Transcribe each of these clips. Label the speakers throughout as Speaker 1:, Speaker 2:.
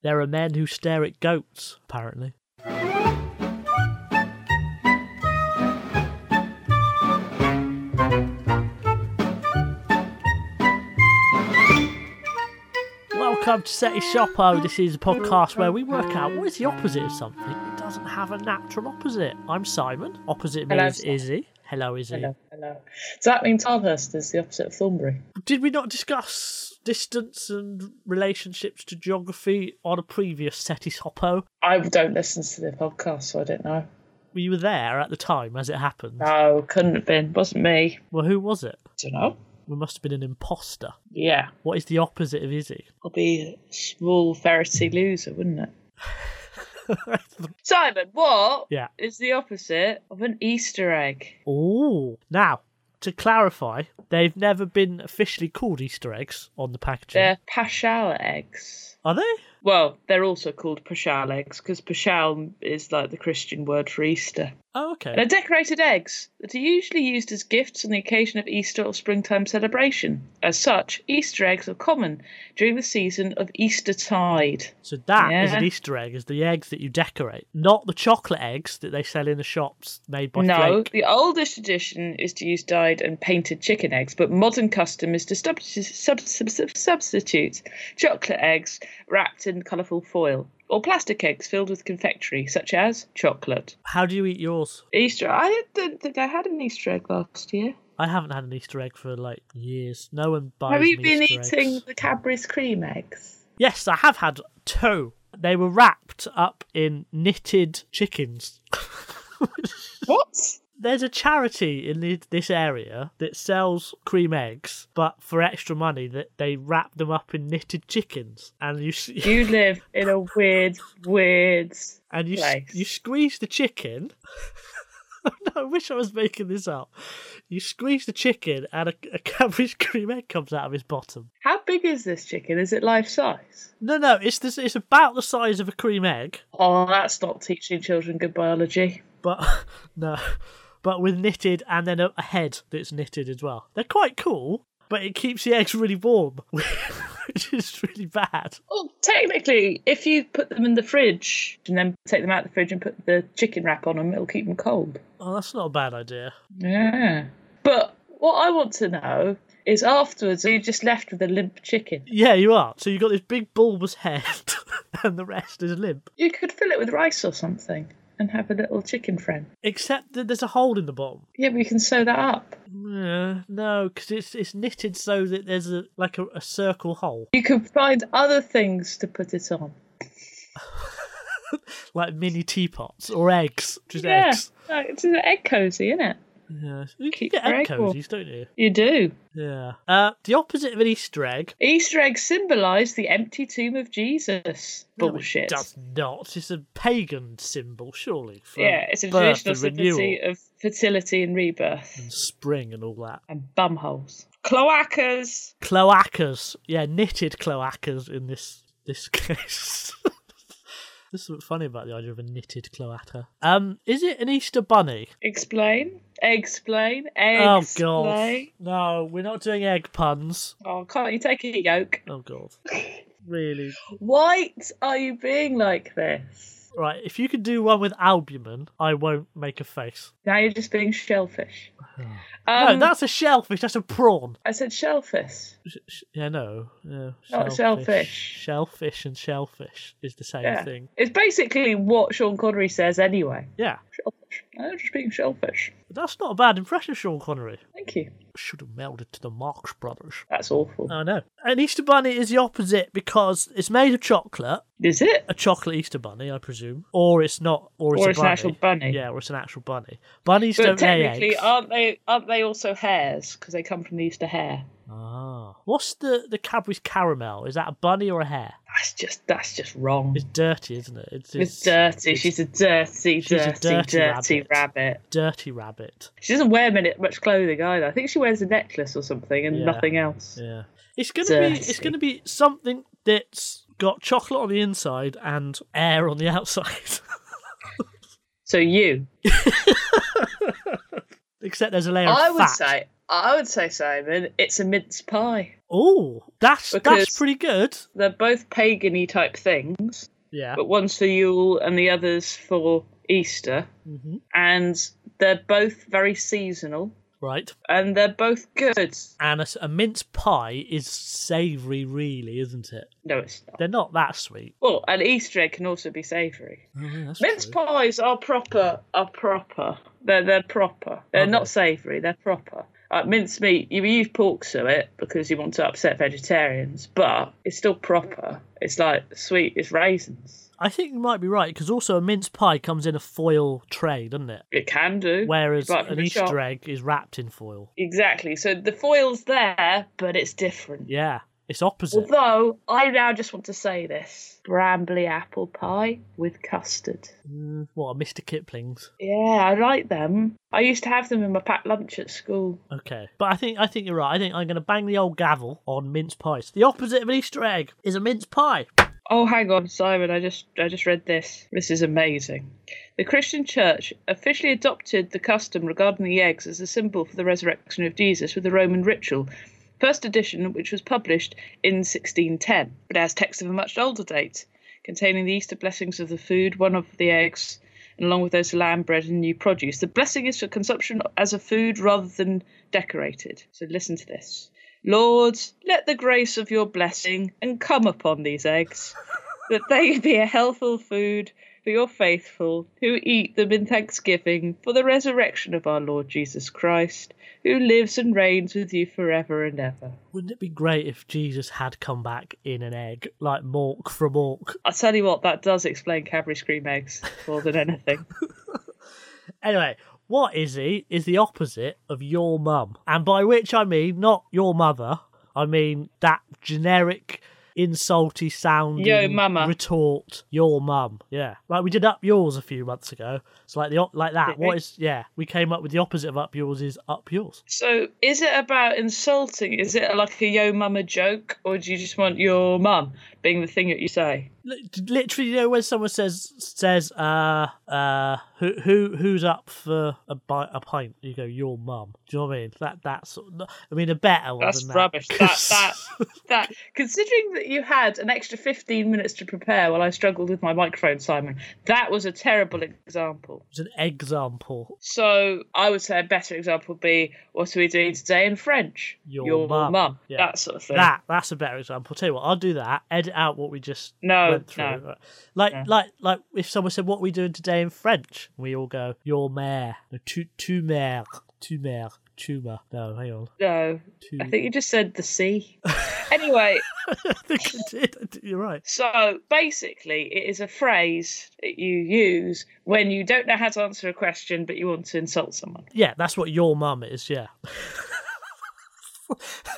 Speaker 1: There are men who stare at goats, apparently. Welcome to Seti Shopo. oh, This is a podcast where we work out what is the opposite of something that doesn't have a natural opposite. I'm Simon. Opposite me
Speaker 2: Hello,
Speaker 1: is
Speaker 2: Simon.
Speaker 1: Izzy. Hello, Izzy.
Speaker 2: Hello, hello. Does that mean Tarnhurst is the opposite of Thornbury?
Speaker 1: Did we not discuss distance and relationships to geography on a previous Seti Shopo?
Speaker 2: I don't listen to the podcast, so I don't know.
Speaker 1: We were there at the time as it happened.
Speaker 2: No, couldn't have been. Wasn't me.
Speaker 1: Well, who was it?
Speaker 2: Don't know.
Speaker 1: We must have been an imposter.
Speaker 2: Yeah,
Speaker 1: What is the opposite of Izzy?
Speaker 2: I'll be a small verity loser, wouldn't it? Simon, what
Speaker 1: yeah.
Speaker 2: is the opposite of an Easter egg?
Speaker 1: Oh. Now, to clarify, they've never been officially called Easter eggs on the packaging.
Speaker 2: They're Paschal eggs.
Speaker 1: Are they?
Speaker 2: Well, they're also called Paschal eggs because Paschal is like the Christian word for Easter.
Speaker 1: Oh, okay.
Speaker 2: They're decorated eggs that are usually used as gifts on the occasion of Easter or springtime celebration. As such, Easter eggs are common during the season of Easter tide.
Speaker 1: So that is
Speaker 2: Yeah.
Speaker 1: an Easter egg, is the eggs that you decorate, not the chocolate eggs that they sell in the shops made by
Speaker 2: No,
Speaker 1: Flake.
Speaker 2: the oldest tradition is to use dyed and painted chicken eggs, but modern custom is to sub- sub- sub- substitute chocolate eggs wrapped in colourful foil or plastic eggs filled with confectionery, such as chocolate.
Speaker 1: How do you eat yours?
Speaker 2: Easter. I don't think I had an Easter egg last year.
Speaker 1: I haven't had an Easter egg for like years. No one buys
Speaker 2: Have you
Speaker 1: me
Speaker 2: been
Speaker 1: Easter
Speaker 2: eating
Speaker 1: eggs.
Speaker 2: the Cadbury's cream eggs?
Speaker 1: Yes, I have had two. They were wrapped up in knitted chickens.
Speaker 2: What?
Speaker 1: there's a charity in the, this area that sells cream eggs, but for extra money, that they wrap them up in knitted chickens, and you s-
Speaker 2: You live in a weird, weird.
Speaker 1: and you s-
Speaker 2: Nice.
Speaker 1: you squeeze the chicken. no, I wish I was making this up. You squeeze the chicken, and a, a Cadbury's cream egg comes out of his bottom.
Speaker 2: How big is this chicken? Is it life size?
Speaker 1: No, no, it's this. It's about the size of a cream egg,
Speaker 2: Oh, that's not teaching children good biology.
Speaker 1: but no, but with knitted, and then a, a head that's knitted as well. They're quite cool, but it keeps the eggs really warm, which is really bad.
Speaker 2: Well, technically, if you put them in the fridge and then take them out of the fridge and put the chicken wrap on them, it'll keep them cold.
Speaker 1: Oh, that's not a bad idea.
Speaker 2: Yeah. But what I want to know is afterwards, are you just left with a limp chicken?
Speaker 1: Yeah, you are. So you've got this big bulbous head, and the rest is limp.
Speaker 2: You could fill it with rice or something and have a little chicken friend.
Speaker 1: Except that there's a hole in the bottom.
Speaker 2: Yeah, but you can sew that up.
Speaker 1: Yeah, no, because it's it's knitted so that there's a like a, a circle hole,
Speaker 2: You could find other things to put it on.
Speaker 1: like mini teapots or eggs, just
Speaker 2: yeah,
Speaker 1: eggs.
Speaker 2: like, it's an egg cozy, isn't it?
Speaker 1: Yeah, you can
Speaker 2: Keep
Speaker 1: get
Speaker 2: your
Speaker 1: egg
Speaker 2: egg warm.
Speaker 1: cozies, don't you?
Speaker 2: You do.
Speaker 1: Yeah. Uh, the opposite of an Easter egg.
Speaker 2: Easter eggs symbolise the empty tomb of Jesus.
Speaker 1: No, it
Speaker 2: Bullshit.
Speaker 1: does not. It's a pagan symbol, surely. for
Speaker 2: yeah, it's a
Speaker 1: birth
Speaker 2: traditional
Speaker 1: and renewal
Speaker 2: sympathy of fertility and rebirth
Speaker 1: and spring and all that.
Speaker 2: and bumholes. Cloacas.
Speaker 1: cloacas. Yeah, knitted cloacas in this this case. There's something funny about the idea of a knitted cloaca. Um, is it an Easter bunny?
Speaker 2: Explain. Explain.
Speaker 1: Oh god.
Speaker 2: Explain.
Speaker 1: No, we're not doing egg puns.
Speaker 2: Oh, can't you take a yolk?
Speaker 1: Oh god. Really?
Speaker 2: White, are you being like this?
Speaker 1: Right, if you could do one with albumin, I won't make a face.
Speaker 2: Now you're just being shellfish. Um,
Speaker 1: no, that's a shellfish, that's a prawn.
Speaker 2: I said shellfish.
Speaker 1: Sh- sh- yeah, no. Yeah,
Speaker 2: Not Oh, shellfish.
Speaker 1: Shellfish and shellfish is the same
Speaker 2: Yeah.
Speaker 1: thing.
Speaker 2: It's basically what Sean Connery says anyway.
Speaker 1: Yeah.
Speaker 2: Shellfish. I'm just being shellfish.
Speaker 1: But that's not a bad impression of Sean Connery.
Speaker 2: Thank you.
Speaker 1: should have melded to the Marx Brothers.
Speaker 2: That's awful.
Speaker 1: I know. An Easter bunny is the opposite because it's made of chocolate,
Speaker 2: Is it?
Speaker 1: a chocolate Easter bunny, I presume, or it's not, or it's
Speaker 2: Or
Speaker 1: a
Speaker 2: it's an
Speaker 1: bunny.
Speaker 2: actual bunny.
Speaker 1: Yeah, or it's an actual bunny. Bunnies
Speaker 2: But
Speaker 1: don't lay
Speaker 2: technically,
Speaker 1: eggs.
Speaker 2: aren't they? Aren't they also hares? Because they come from the Easter hare.
Speaker 1: Ah, what's the the Cadbury's caramel? Is that a bunny or a hare?
Speaker 2: That's just that's just wrong.
Speaker 1: It's dirty, isn't it? It's,
Speaker 2: It's, dirty.
Speaker 1: it's
Speaker 2: she's a dirty,
Speaker 1: she's a
Speaker 2: dirty,
Speaker 1: dirty
Speaker 2: dirty,
Speaker 1: rabbit.
Speaker 2: rabbit.
Speaker 1: dirty rabbit.
Speaker 2: She doesn't wear many- much clothing either. I think she wears a necklace or something and
Speaker 1: Yeah.
Speaker 2: nothing else.
Speaker 1: Yeah, it's gonna be it's
Speaker 2: Dirty.
Speaker 1: gonna be something that's got chocolate on the inside and air on the outside.
Speaker 2: So you,
Speaker 1: Except there's a layer
Speaker 2: I
Speaker 1: of
Speaker 2: would
Speaker 1: fat.
Speaker 2: say, I would say, Simon, it's a mince pie.
Speaker 1: Oh, that's that's
Speaker 2: Because-
Speaker 1: pretty good.
Speaker 2: They're both pagan-y type things,
Speaker 1: Yeah.
Speaker 2: but one's for Yule and the other's for Easter.
Speaker 1: hmm
Speaker 2: And they're both very seasonal,
Speaker 1: Right.
Speaker 2: and they're both good.
Speaker 1: And a, s- a mince pie is savoury, really, isn't it?
Speaker 2: No, it's not.
Speaker 1: They're not that sweet.
Speaker 2: Well, an Easter egg can also be savoury.
Speaker 1: Oh, yeah, that's
Speaker 2: Mince
Speaker 1: true.
Speaker 2: pies are proper. Are proper. They're they're proper. They're
Speaker 1: Okay.
Speaker 2: not savoury. They're proper. Like mince meat, you use pork suet because you want to upset vegetarians, but it's still proper. It's like sweet. It's raisins.
Speaker 1: I think you might be right because also a mince pie comes in a foil tray, doesn't it?
Speaker 2: It can do.
Speaker 1: Whereas
Speaker 2: Right from
Speaker 1: an
Speaker 2: the
Speaker 1: Easter
Speaker 2: shop.
Speaker 1: egg is wrapped in foil.
Speaker 2: Exactly. So the foil's there, but it's different.
Speaker 1: Yeah, it's opposite.
Speaker 2: Although I now just want to say this: brambly apple pie with custard.
Speaker 1: Mm, what, Mr. Kipling's?
Speaker 2: Yeah, I like them. I used to have them in my packed lunch at school.
Speaker 1: Okay, but I think I think you're right. I think I'm going to bang the old gavel on mince pies. The opposite of an Easter egg is a mince pie.
Speaker 2: Oh, hang on, Simon. I just I just read this. This is amazing. The Christian Church officially adopted the custom regarding the eggs as a symbol for the resurrection of Jesus with the Roman ritual. First edition, which was published in 1610, but has text of a much older date, containing the Easter blessings of the food, one of the eggs, and along with those lamb bread and new produce. The blessing is for consumption as a food rather than decorated. So listen to this. Lord, let the grace of your blessing and come upon these eggs, that they be a healthful food for your faithful, who eat them in thanksgiving for the resurrection of our Lord Jesus Christ, who lives and reigns with you forever and ever.
Speaker 1: Wouldn't it be great if Jesus had come back in an egg, like Mork from Mork?
Speaker 2: I'll tell you what, that does explain Cadbury Scream Eggs more than anything.
Speaker 1: Anyway, what is he is the opposite of your mum. And by which I mean not your mother, I mean that generic insulty sounding
Speaker 2: Yo mama.
Speaker 1: retort your mum. Yeah. Like we did up yours a few months ago. It's like the op- like that.
Speaker 2: Did
Speaker 1: What
Speaker 2: we?
Speaker 1: is yeah, we came up with the opposite of up yours is up yours.
Speaker 2: so, is it about insulting? Is it like a yo mama joke, or do you just want your mum being the thing that you say?
Speaker 1: Li- Literally, you know, when someone says says uh uh who who who's up for a, bi- a pint, you go your mum. Do you know what I mean? That that's I mean a better one.
Speaker 2: That's
Speaker 1: than
Speaker 2: rubbish.
Speaker 1: That
Speaker 2: That that that. Considering that you had an extra fifteen minutes to prepare while I struggled with my microphone, Simon, that was a terrible example.
Speaker 1: It's an example.
Speaker 2: So I would say a better example would be what are we doing today in French?
Speaker 1: Your mum. Yeah.
Speaker 2: That sort of thing.
Speaker 1: That that's a better example. Tell you what, I'll do that. Edit out what we just
Speaker 2: No,
Speaker 1: went through.
Speaker 2: no,
Speaker 1: Right. Like
Speaker 2: no.
Speaker 1: like like if someone said what are we doing today in French, we all go your mère, no, tu tu mère, tu mère, tumor. No, hang on,
Speaker 2: No,
Speaker 1: tu.
Speaker 2: I think you just said the sea. anyway,
Speaker 1: I think I did. I did. You're right.
Speaker 2: so basically, it is a phrase that you use when you don't know how to answer a question but you want to insult someone.
Speaker 1: Yeah, that's what your mum is. Yeah.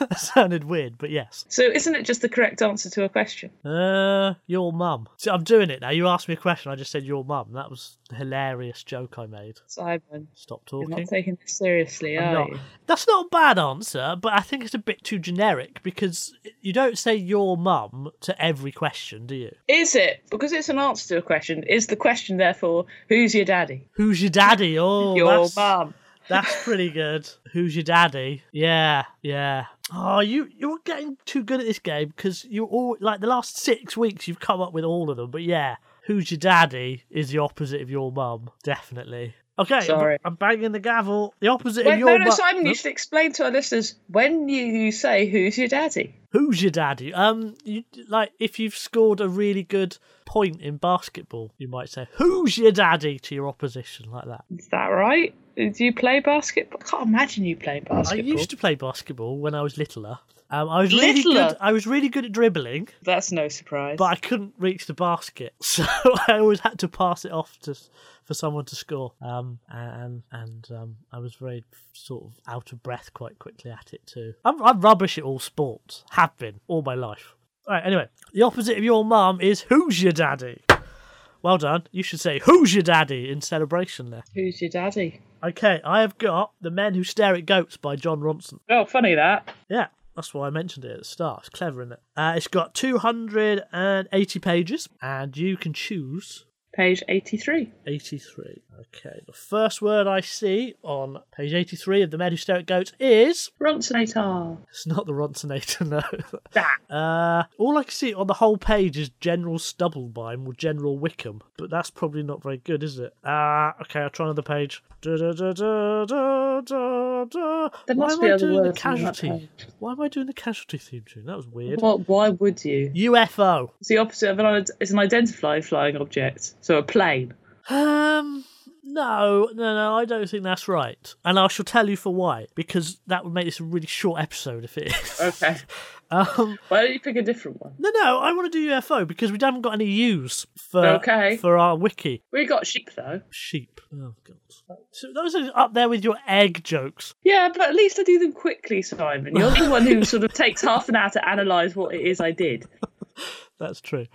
Speaker 1: that sounded weird, but yes.
Speaker 2: So isn't it just the correct answer to a question?
Speaker 1: Uh, your mum. See, I'm doing it now. You asked me a question. I just said your mum. That was a hilarious joke I made.
Speaker 2: Simon,
Speaker 1: Stop
Speaker 2: you're
Speaker 1: talking.
Speaker 2: not taking this seriously,
Speaker 1: I'm
Speaker 2: are
Speaker 1: not.
Speaker 2: you?
Speaker 1: That's not a bad answer, but I think it's a bit too generic because you don't say your mum to every question, do you?
Speaker 2: Is it because it's an answer to a question? Is the question therefore who's your daddy?
Speaker 1: Who's your daddy? Oh,
Speaker 2: your
Speaker 1: that's,
Speaker 2: mum.
Speaker 1: that's pretty good. Who's your daddy? Yeah, yeah. Oh, you you're getting too good at this game because you're all like the last six weeks you've come up with all of them. But yeah, who's your daddy is the opposite of your mum, definitely. Okay, I'm-
Speaker 2: Sorry.
Speaker 1: I'm, banging the gavel. The opposite
Speaker 2: Wait,
Speaker 1: of your
Speaker 2: no, no,
Speaker 1: mum.
Speaker 2: Simon, you should explain to our listeners when you, you say who's your daddy.
Speaker 1: Who's your daddy? Um, you like if you've scored a really good point in basketball, you might say, "Who's your daddy?" to your opposition like that.
Speaker 2: Is that right? Do you play basketball? I can't imagine you playing
Speaker 1: I
Speaker 2: basketball.
Speaker 1: used to play basketball when I was littler. Um, I was really
Speaker 2: Littler?
Speaker 1: good. I was really good at dribbling,
Speaker 2: That's no surprise.
Speaker 1: but I couldn't reach the basket, so I always had to pass it off to for someone to score. Um, and and um, I was very sort of out of breath quite quickly at it too. I'm I'm rubbish at all sports. Have been all my life. All right. Anyway, the opposite of your mum is who's your daddy. Well done. You should say who's your daddy in celebration there.
Speaker 2: Who's your daddy?
Speaker 1: Okay, I have got The Men Who Stare at Goats by John Ronson.
Speaker 2: Oh, funny that.
Speaker 1: Yeah, that's why I mentioned it at the start. It's clever, isn't it? Uh, it's got 280 pages, and you can choose
Speaker 2: Page 83.
Speaker 1: 83. Okay, the first word I see on page 83 of the Medusteric Goats is.
Speaker 2: Roncinator.
Speaker 1: It's not the Ronsonator, no.
Speaker 2: That.
Speaker 1: Uh, all I can see on the whole page is General Stubblebine or General Wickham, but that's probably not very good, is it? Ah, okay, I'll try another page. Da, da, da, da, da, da, da.
Speaker 2: There
Speaker 1: Why
Speaker 2: must
Speaker 1: am
Speaker 2: be
Speaker 1: I
Speaker 2: other
Speaker 1: doing the
Speaker 2: words on that
Speaker 1: casualty?
Speaker 2: page.
Speaker 1: Why am I doing the casualty theme tune? That was weird.
Speaker 2: What, why would you?
Speaker 1: UFO.
Speaker 2: It's the opposite of an it's an identify flying object, so a plane.
Speaker 1: Um, no, no, no, I don't think that's right. And I shall tell you for why, because that would make this a really short episode if it is.
Speaker 2: Okay.
Speaker 1: Um,
Speaker 2: Why don't you pick a different one?
Speaker 1: no, no, I want to do UFO because we haven't got any U's for
Speaker 2: Okay.
Speaker 1: for our wiki.
Speaker 2: We got sheep though.
Speaker 1: Sheep. Oh god. So those are up there with your egg jokes.
Speaker 2: Yeah, but at least I do them quickly, Simon. You're the one who sort of takes half an hour to analyse what it is I did.
Speaker 1: That's true.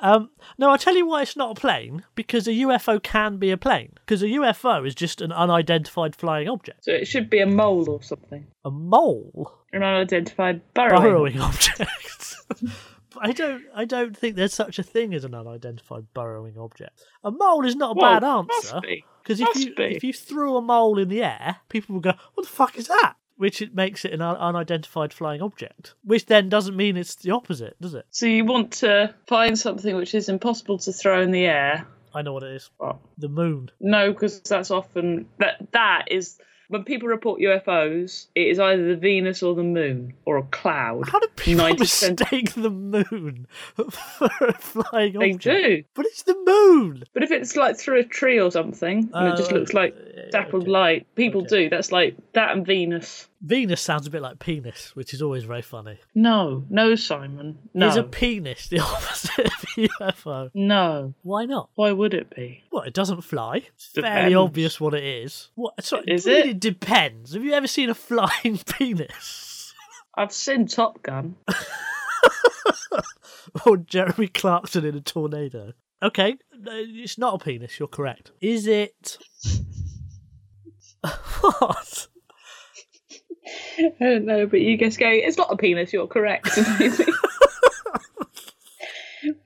Speaker 1: Um, no, I'll tell you why it's not a plane because a UFO can be a plane because a UFO is just an unidentified flying object.
Speaker 2: So it should be a mole or something.
Speaker 1: A mole.
Speaker 2: An unidentified burrowing.
Speaker 1: burrowing object. I don't. I don't think there's such a thing as an unidentified burrowing object. A mole is not a
Speaker 2: Well,
Speaker 1: bad answer
Speaker 2: Must be.
Speaker 1: because if
Speaker 2: must
Speaker 1: you
Speaker 2: be.
Speaker 1: if you threw a mole in the air, people would go, "What the fuck is that?" Which it makes it an un- unidentified flying object, which then doesn't mean it's the opposite, does it?
Speaker 2: So you want to find something which is impossible to throw in the air.
Speaker 1: I know what it is.
Speaker 2: Well,
Speaker 1: The moon.
Speaker 2: no, because that's often that that is when people report UFOs, it is either the Venus or the moon or a cloud.
Speaker 1: How do people
Speaker 2: 90%.
Speaker 1: mistake the moon for a flying
Speaker 2: They
Speaker 1: object?
Speaker 2: do.
Speaker 1: But it's the moon.
Speaker 2: But if it's like through a tree or something, and
Speaker 1: Oh,
Speaker 2: it just looks like
Speaker 1: okay.
Speaker 2: dappled light, people do. That's like that and Venus.
Speaker 1: Venus sounds a bit like penis, which is always very funny.
Speaker 2: No, no, Simon. No.
Speaker 1: Is a penis the opposite of a UFO?
Speaker 2: no.
Speaker 1: Why not?
Speaker 2: Why would it be?
Speaker 1: Well, it doesn't fly. It's fairly
Speaker 2: Depends.
Speaker 1: obvious what it is. What? Sorry,
Speaker 2: Is
Speaker 1: it really
Speaker 2: it?
Speaker 1: depends. Have you ever seen a flying penis?
Speaker 2: I've seen Top Gun.
Speaker 1: or Jeremy Clarkson in a tornado? Okay, no, it's not a penis. You're correct. Is it? what?
Speaker 2: I don't know, but you guys go, it's not a penis, you're correct.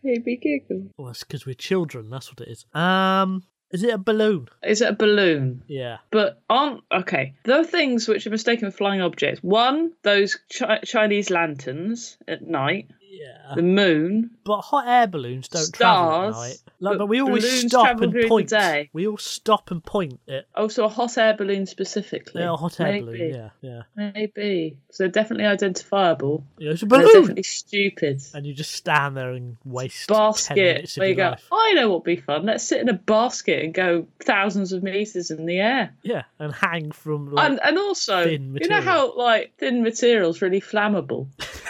Speaker 2: Baby giggle.
Speaker 1: Well, it's because we're children. That's what it is. Um, is it a balloon?
Speaker 2: Is it a balloon?
Speaker 1: Yeah.
Speaker 2: But aren't okay? The things which are mistaken for flying objects. One, those chi- Chinese lanterns at night.
Speaker 1: Yeah.
Speaker 2: The moon.
Speaker 1: But hot air balloons don't travel at
Speaker 2: Stars,
Speaker 1: night. Like, but,
Speaker 2: but
Speaker 1: we always
Speaker 2: balloons
Speaker 1: stop
Speaker 2: travel
Speaker 1: and
Speaker 2: during the
Speaker 1: point.
Speaker 2: day.
Speaker 1: We all stop and point at
Speaker 2: Also, Oh, a hot air balloon specifically.
Speaker 1: yeah, a hot air
Speaker 2: Maybe.
Speaker 1: balloon. Yeah, yeah.
Speaker 2: Maybe. So they're definitely identifiable.
Speaker 1: Yeah, It's a
Speaker 2: They're
Speaker 1: balloon,
Speaker 2: definitely stupid.
Speaker 1: and you just stand there and waste ten
Speaker 2: Basket.
Speaker 1: minutes of
Speaker 2: There
Speaker 1: your
Speaker 2: you go.
Speaker 1: life.
Speaker 2: I know what'd be fun. Let's sit in a basket and go thousands of meters in the air.
Speaker 1: Yeah, and hang from like.
Speaker 2: and and also,
Speaker 1: thin
Speaker 2: you know how like thin material's really flammable.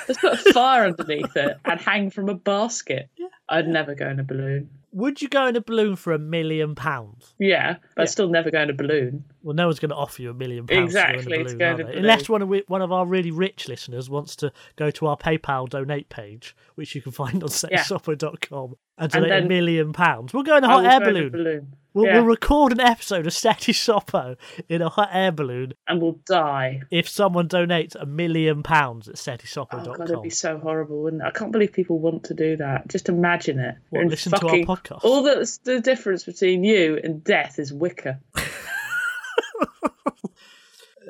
Speaker 2: Let's put a fire underneath it and hang from a basket. I'd never go in a balloon.
Speaker 1: Would you go in a balloon for a million pounds?
Speaker 2: Yeah, but
Speaker 1: Yeah.
Speaker 2: I'd still never go in a balloon.
Speaker 1: Well, no one's going to offer you a million pounds
Speaker 2: Exactly, to
Speaker 1: to go
Speaker 2: go
Speaker 1: in a balloon, are
Speaker 2: in a
Speaker 1: they?
Speaker 2: balloon.
Speaker 1: unless one of we, one of our really rich listeners wants to go to our PayPal donate page, which you can find on sexopera.com, and donate a
Speaker 2: then-
Speaker 1: million pounds. We'll go in a
Speaker 2: I
Speaker 1: hot
Speaker 2: will
Speaker 1: air
Speaker 2: go in a
Speaker 1: balloon.
Speaker 2: balloon.
Speaker 1: We'll,
Speaker 2: Yeah.
Speaker 1: we'll record an episode of Seti Sopo in a hot air balloon
Speaker 2: and we'll die.
Speaker 1: if someone donates a million pounds at
Speaker 2: Oh
Speaker 1: SetiSopo.com.
Speaker 2: god, it'd be so horrible, wouldn't it? I can't believe people want to do that. Just imagine it.
Speaker 1: What,
Speaker 2: You're in
Speaker 1: listen to our podcast?
Speaker 2: All that's the difference between you and death is Wicker.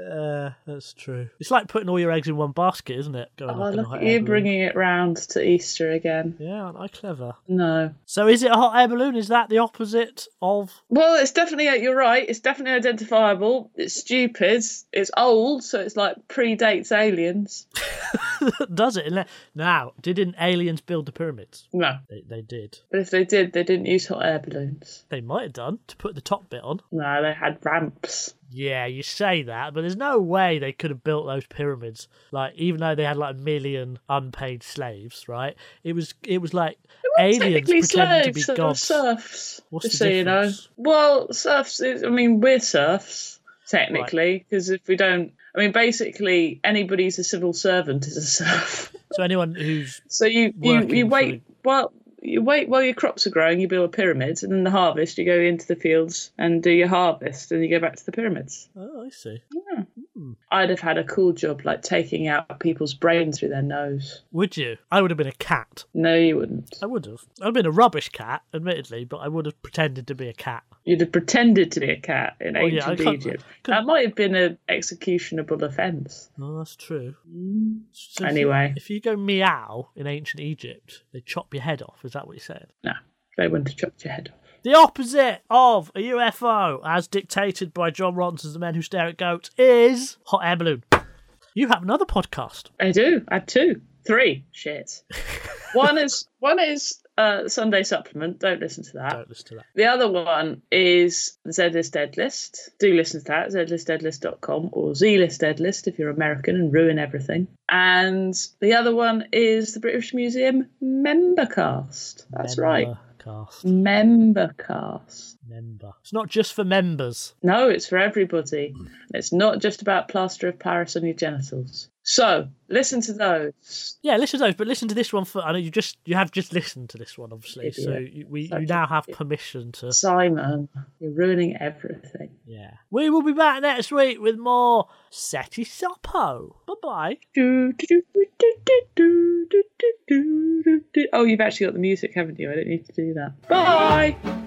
Speaker 1: uh, that's true. It's like putting all your eggs in one basket, isn't it? Going
Speaker 2: Oh,
Speaker 1: up in a
Speaker 2: look
Speaker 1: hot
Speaker 2: at
Speaker 1: air
Speaker 2: you
Speaker 1: balloon.
Speaker 2: bringing it round to Easter again.
Speaker 1: Yeah, aren't I clever?
Speaker 2: No.
Speaker 1: So is it a hot air balloon? Is that the opposite of?
Speaker 2: Well, it's definitely you're right. It's definitely identifiable. It's stupid. It's old, so it's like predates aliens.
Speaker 1: Does it? Unle- Now, didn't aliens build the pyramids?
Speaker 2: No,
Speaker 1: They, they did.
Speaker 2: but if they did, they didn't use hot air balloons.
Speaker 1: They might have done to put the top bit on.
Speaker 2: No, they had ramps.
Speaker 1: Yeah, you say that, but there's no way they could have built those pyramids. Like, even though they had like a million unpaid slaves, right? It was it was like aliens
Speaker 2: Technically,
Speaker 1: pretending to be
Speaker 2: slaves are
Speaker 1: gods.
Speaker 2: serfs.
Speaker 1: What's
Speaker 2: just
Speaker 1: the
Speaker 2: so you know.
Speaker 1: difference?
Speaker 2: Well, serfs. Is, I mean, we're serfs technically, because if we don't, I mean, basically, anybody's a civil servant is a serf.
Speaker 1: So anyone who's
Speaker 2: So you you,
Speaker 1: Working
Speaker 2: you
Speaker 1: for
Speaker 2: wait while you wait while your crops are growing, you build a pyramid, and then the harvest, you go into the fields and do your harvest, and you go back to the pyramids.
Speaker 1: oh, I see.
Speaker 2: I'd have had a cool job like taking out people's brains through their nose.
Speaker 1: Would you? I would have been a cat.
Speaker 2: No, you wouldn't.
Speaker 1: I would have. I'd have been a rubbish cat, admittedly, but I would have pretended to be a cat.
Speaker 2: You'd have pretended to be a cat in
Speaker 1: Well, yeah, I
Speaker 2: ancient
Speaker 1: can't-
Speaker 2: Egypt.
Speaker 1: couldn't-
Speaker 2: That might have been an executionable offence.
Speaker 1: No, that's true. So if you-
Speaker 2: Anyway,
Speaker 1: If you go meow in ancient Egypt, they chop your head off. Is that what you said?
Speaker 2: no, they wouldn't have chopped your head off.
Speaker 1: The opposite of a UFO, as dictated by John Ronson's The Men Who Stare at Goats, is hot air balloon. You have another podcast.
Speaker 2: I do. I have two, three. Shit. one is one is uh, Sunday supplement. Don't listen to that.
Speaker 1: Don't listen to that.
Speaker 2: The other one is Z List Dead List. Do listen to that, zlistdeadlist.com or Zlist Dead List if you're American and ruin everything. And the other one is the British Museum Membercast. That's right.
Speaker 1: Cast.
Speaker 2: Membercast.
Speaker 1: Member. It's not just for members.
Speaker 2: No, it's for everybody. It's not just about plaster of Paris on your genitals. So listen to those.
Speaker 1: Yeah, listen to those, but listen to this one for. I know you just you have just listened to this one, obviously. So
Speaker 2: Idiot.
Speaker 1: you, we you
Speaker 2: Such
Speaker 1: now have permission to.
Speaker 2: Simon, you're ruining everything.
Speaker 1: Yeah, we will be back next week with more Seti Sopo. Bye bye.
Speaker 2: Do, do, do, do, do, do, do, do, do, do, do. Oh, you've actually got the music, haven't you? I don't need to do that. Bye.